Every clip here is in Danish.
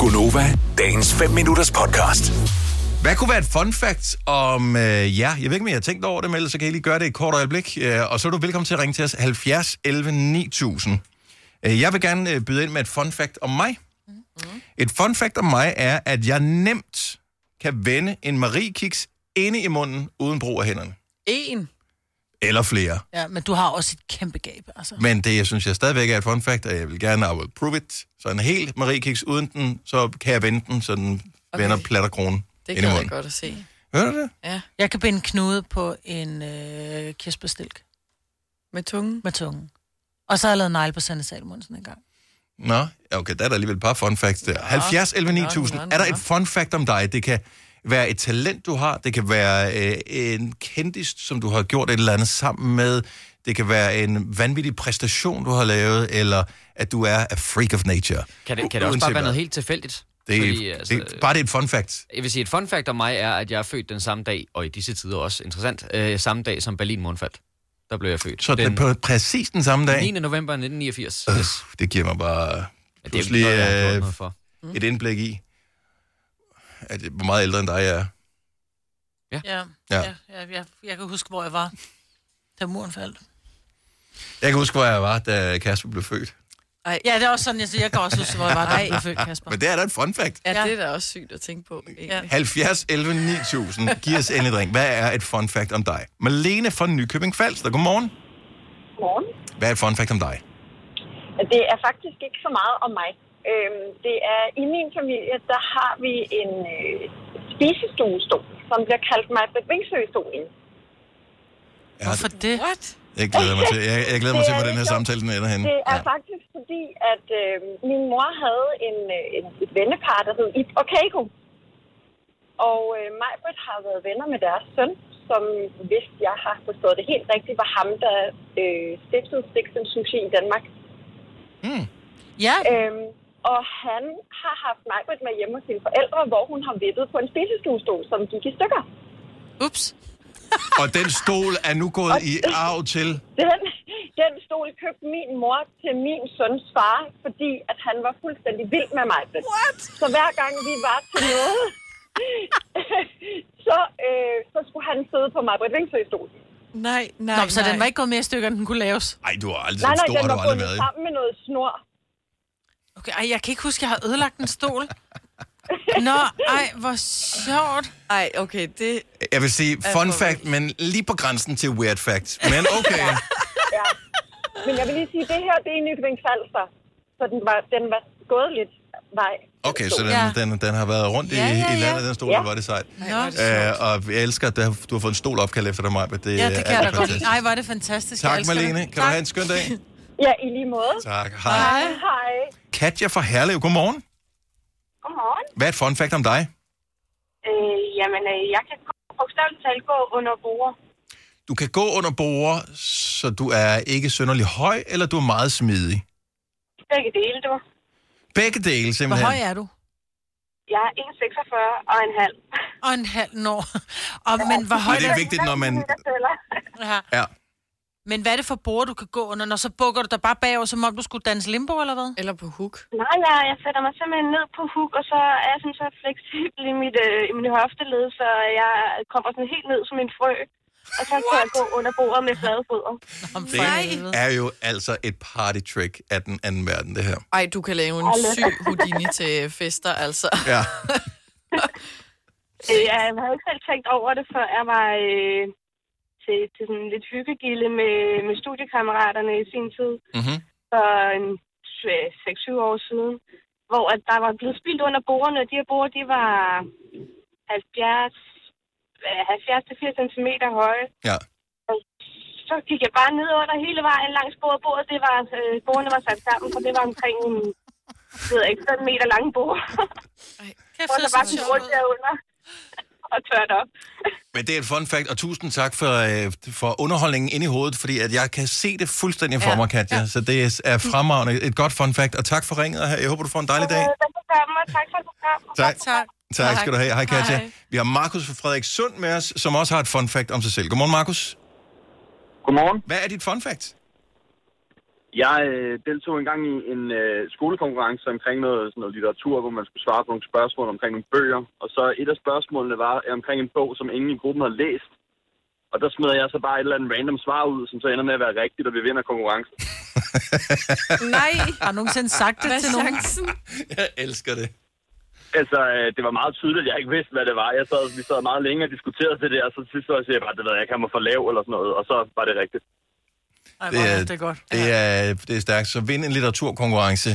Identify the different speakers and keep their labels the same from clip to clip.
Speaker 1: Gunova, dagens 5 minutters podcast.
Speaker 2: Hvad kunne være et fun fact om øh, jer? Jeg ved ikke, om I har tænkt over det, men ellers så kan I lige gøre det i et kort øjeblik. Øh, og så er du velkommen til at ringe til os 70 11 9000. Øh, jeg vil gerne øh, byde ind med et fun fact om mig.
Speaker 3: Mm-hmm.
Speaker 2: Et fun fact om mig er, at jeg nemt kan vende en mariekiks inde i munden uden brug af hænderne.
Speaker 4: En.
Speaker 2: Eller flere.
Speaker 4: Ja, men du har også et kæmpe gab, altså.
Speaker 2: Men det, jeg synes, jeg stadigvæk er et fun fact, og jeg vil gerne, I will prove it. Så en hel mariekiks uden den, så kan jeg vende den, så den okay. vender platterkronen
Speaker 3: Det
Speaker 2: ind i
Speaker 3: kan jeg
Speaker 2: munden.
Speaker 3: godt at
Speaker 4: Mm.
Speaker 3: se.
Speaker 2: Hører du det?
Speaker 3: Ja,
Speaker 4: Jeg kan binde knude på en øh, kirsebærstilk
Speaker 3: med tungen.
Speaker 4: med tungen. Og så har jeg lavet negle på Sanne Salmonsen en gang.
Speaker 2: Nå, okay, der er der alligevel et par fun facts der. 70, 11,
Speaker 3: nå,
Speaker 2: 9000.
Speaker 3: nå, nå.
Speaker 2: Er der et fun fact om dig? Det kan være et talent, du har. Det kan være øh, en kendist, som du har gjort et eller andet sammen med. Det kan være en vanvittig præstation, du har lavet, eller at du er a freak of nature.
Speaker 5: Kan det, kan
Speaker 2: Uanset
Speaker 5: det også bare
Speaker 2: hvad.
Speaker 5: være noget helt tilfældigt?
Speaker 2: Det, er-
Speaker 5: Fordi, altså,
Speaker 2: det, bare det er et fun fact.
Speaker 5: Jeg vil sige, et fun fact om mig er, at jeg er født den samme dag, og i disse tider også interessant, øh, samme dag som Berlin faldt. Der blev jeg født.
Speaker 2: Så den,
Speaker 5: den
Speaker 2: på præcis den samme dag,
Speaker 5: 9. november 1989.
Speaker 2: Øh,
Speaker 5: Yes.
Speaker 2: det giver mig bare
Speaker 5: Men det er jo
Speaker 2: pludselig
Speaker 5: ikke noget, jeg har
Speaker 2: øh,
Speaker 5: gjort noget for.
Speaker 2: et indblik i, at, hvor meget ældre end dig jeg er.
Speaker 4: Ja,
Speaker 2: Ja.
Speaker 4: Jeg, jeg, jeg, jeg kan huske, hvor jeg var, da muren faldt.
Speaker 2: Jeg kan huske, hvor jeg var, da Kasper blev født.
Speaker 4: Ja, det er også sådan, jeg siger. Jeg kan også huske, hvor jeg var, da jeg blev født, Kasper.
Speaker 2: Men det er da et fun fact.
Speaker 3: Ja,
Speaker 4: Ja.
Speaker 3: det er da også sygt at tænke på. egentlig.
Speaker 2: 70 11 9000. Giv os endelig drink. Hvad er et fun fact om dig? Malene fra Nykøbing Falster. Godmorgen.
Speaker 6: Morgen.
Speaker 2: Hvad er et fun fact om dig?
Speaker 6: Det er faktisk ikke så meget om mig. Øhm, det er i min familie, der har vi en øh, spisestuestol, som bliver kaldt mig Bingsø-stolen.
Speaker 4: Hvorfor det?
Speaker 3: What?
Speaker 2: Jeg glæder mig til, jeg, jeg glæder mig
Speaker 6: Det
Speaker 2: til
Speaker 6: er
Speaker 2: hvor den her
Speaker 6: lidt sjovt.
Speaker 2: samtale den ender henne.
Speaker 6: Det er
Speaker 2: Mm,
Speaker 6: altså-
Speaker 2: Ja.
Speaker 6: faktisk fordi, at øh, min mor havde en, øh, en, et vennepar, der hed Ip og Keiko. Og øh, Majbrit har været venner med deres søn, som, hvis jeg har forstået det helt rigtigt, var ham, der øh, stiftede Sticks and Sushi i Danmark.
Speaker 2: Mm.
Speaker 4: Ja,
Speaker 6: Øhm, og han har haft Majbrit med hjemme hos sine forældre, hvor hun har vippet på en spisestuestol, som gik i stykker.
Speaker 3: Ups.
Speaker 2: Og den stol er nu gået i arv til.
Speaker 6: Den, den stol købte min mor til min søns far, fordi at han var fuldstændig vild med Majbrit. What? Så hver gang vi var til noget, så, øh, så skulle han sidde på Majbrit Vingsø-stolen.
Speaker 3: Nej, nej,
Speaker 4: Nå, så den var ikke gået mere i stykker, end den kunne laves.
Speaker 2: Ej, du har aldrig
Speaker 6: Nej,
Speaker 2: set
Speaker 6: nej,
Speaker 2: stor,
Speaker 6: den
Speaker 2: har du
Speaker 6: var
Speaker 2: aldrig
Speaker 6: bundet
Speaker 2: været i.
Speaker 6: sammen med noget snor.
Speaker 4: Okay, ej, jeg kan ikke huske, jeg har ødelagt en stol. Nå, ej, hvor sjovt.
Speaker 3: Nej, okay, det...
Speaker 2: Jeg vil sige fun
Speaker 3: for
Speaker 2: fact, men lige på grænsen til weird fact. Men okay.
Speaker 6: Ja. Men jeg vil lige sige, det her, det er Nykøbing Falster. Så den var, den var gået lidt vej.
Speaker 2: Okay, så
Speaker 4: Ja.
Speaker 2: den, den, den har været rundt i,
Speaker 4: Ja, ja,
Speaker 2: i
Speaker 4: ja.
Speaker 2: landet, den stol,
Speaker 6: Ja.
Speaker 2: der var det sejt.
Speaker 3: Ej, hvor er det sjovt.
Speaker 2: Øh, og jeg elsker, at der- du har fået en stol opkaldt efter dig, Maja. Det,
Speaker 4: Ja, det
Speaker 2: er
Speaker 4: kan jeg da godt lide.
Speaker 2: fantastisk.
Speaker 4: Ej, hvor er det fantastisk. Jeg
Speaker 2: Tak,
Speaker 4: elsker det.
Speaker 2: Malene. Kan du
Speaker 4: Tak.
Speaker 2: have en skøn dag?
Speaker 6: Ja, i lige måde.
Speaker 2: Tak. Hej.
Speaker 4: Hej.
Speaker 6: Hej.
Speaker 2: Katja fra Herlev, godmorgen.
Speaker 6: Godmorgen.
Speaker 2: Hvad er et fun fact om dig?
Speaker 6: Øh, jamen, øh, jeg kan bogstaveligt talt gå under bordet.
Speaker 2: Du kan gå under borger, så du er ikke sønderlig høj, eller du er meget smidig.
Speaker 6: Begge dele, du.
Speaker 2: Begge dele,
Speaker 4: Hvor
Speaker 2: simpelthen.
Speaker 4: høj er du?
Speaker 6: Jeg er 1,46 og en halv.
Speaker 4: Og en halv år. Og, men hvor højt
Speaker 2: det er
Speaker 4: er
Speaker 2: vigtigt, når man...
Speaker 4: Ja.
Speaker 2: Ja.
Speaker 4: Men hvad er det for bord, du kan gå under, når så bukker du dig bare bagover, som om du skulle danse limbo, eller hvad?
Speaker 3: Eller på hook.
Speaker 6: Nej, nej, jeg sætter mig simpelthen ned på huk, og så er jeg sådan så fleksibel i mit, øh, i mit hofteled, så jeg kommer sådan helt ned som en frø. Og så kan jeg gå under bordet med flade fødder.
Speaker 4: Om for helvede.
Speaker 2: Det er jo altså et party trick af den anden verden, det her.
Speaker 3: Ej, du kan lave en syg Houdini til fester, altså.
Speaker 2: Ja.
Speaker 6: Øh, jeg havde ikke selv tænkt over det, før jeg var øh, til, til sådan lidt hyggegilde med, med studiekammeraterne i sin tid.
Speaker 2: Mm-hmm.
Speaker 6: for en tj- 6-7 år siden, hvor at der var blevet spildt under bordene, og de her borde, de var 70 70-80 cm høje.
Speaker 2: Ja.
Speaker 6: Og så gik jeg bare ned under hele vejen langs bordet. bordet det var, øh, bordene var sat sammen, så det var omkring en jeg ved ikke, 5 meter lang bord,
Speaker 4: Kæft,
Speaker 6: hvor
Speaker 4: det
Speaker 6: der
Speaker 4: er
Speaker 6: var
Speaker 4: så
Speaker 6: sådan
Speaker 4: sjovt.
Speaker 6: rundt derunder og tørt op.
Speaker 2: Men det er et fun fact, og tusind tak for, øh, for underholdningen ind i hovedet, fordi at jeg kan se det fuldstændig for
Speaker 4: Ja.
Speaker 2: mig, Katja. Så det er fremragende. Et godt fun fact, og tak for ringet her. Jeg håber, du får en dejlig dag.
Speaker 6: Øh, velbekomme, og tak for programmet.
Speaker 2: Tak.
Speaker 4: Tak.
Speaker 2: Tak skal du have. Hej, Katja.
Speaker 3: Hej.
Speaker 2: Vi har Markus fra Frederik Sund med os, som også har et fun fact om sig selv. Godmorgen, Markus.
Speaker 7: Godmorgen.
Speaker 2: Hvad er dit fun fact?
Speaker 7: Jeg øh, deltog engang i en øh, skolekonkurrence omkring noget, sådan noget litteratur, hvor man skulle svare på nogle spørgsmål omkring nogle bøger. Og så et af spørgsmålene var øh, omkring en bog, som ingen i gruppen havde læst. Og der smed jeg så bare et eller andet random svar ud, som så ender med at være rigtigt, og vi vinder konkurrencen.
Speaker 4: Nej. Har du nogensinde sagt det
Speaker 3: Hvad
Speaker 4: til nogen?
Speaker 3: chancen?
Speaker 2: Jeg elsker det.
Speaker 7: Altså, øh, det var meget tydeligt, at jeg ikke vidste, hvad det var. Jeg sad, vi sad meget længe og diskuterede det der, og så til sidst så siger jeg bare, det ved jeg ikke, han var for lav eller sådan noget, og så var det rigtigt.
Speaker 4: Ej,
Speaker 2: Det
Speaker 4: hvor
Speaker 2: er,
Speaker 4: er det godt.
Speaker 2: Det er, det er stærkt. Så vind en litteraturkonkurrence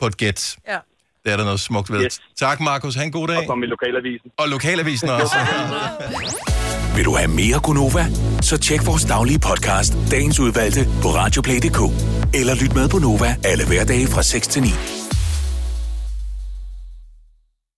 Speaker 2: på et gæt.
Speaker 4: Ja.
Speaker 2: Det er der noget smukt ved.
Speaker 7: Yes.
Speaker 2: Tak, Markus. Ha' en god
Speaker 7: Og
Speaker 2: dag.
Speaker 7: kom i lokalavisen.
Speaker 2: Og lokalavisen også.
Speaker 1: Vil du have mere Gunova? Så tjek vores daglige podcast, dagens udvalgte, på radioplay.dk. Eller lyt med på Nova alle hverdage fra 6 til 9.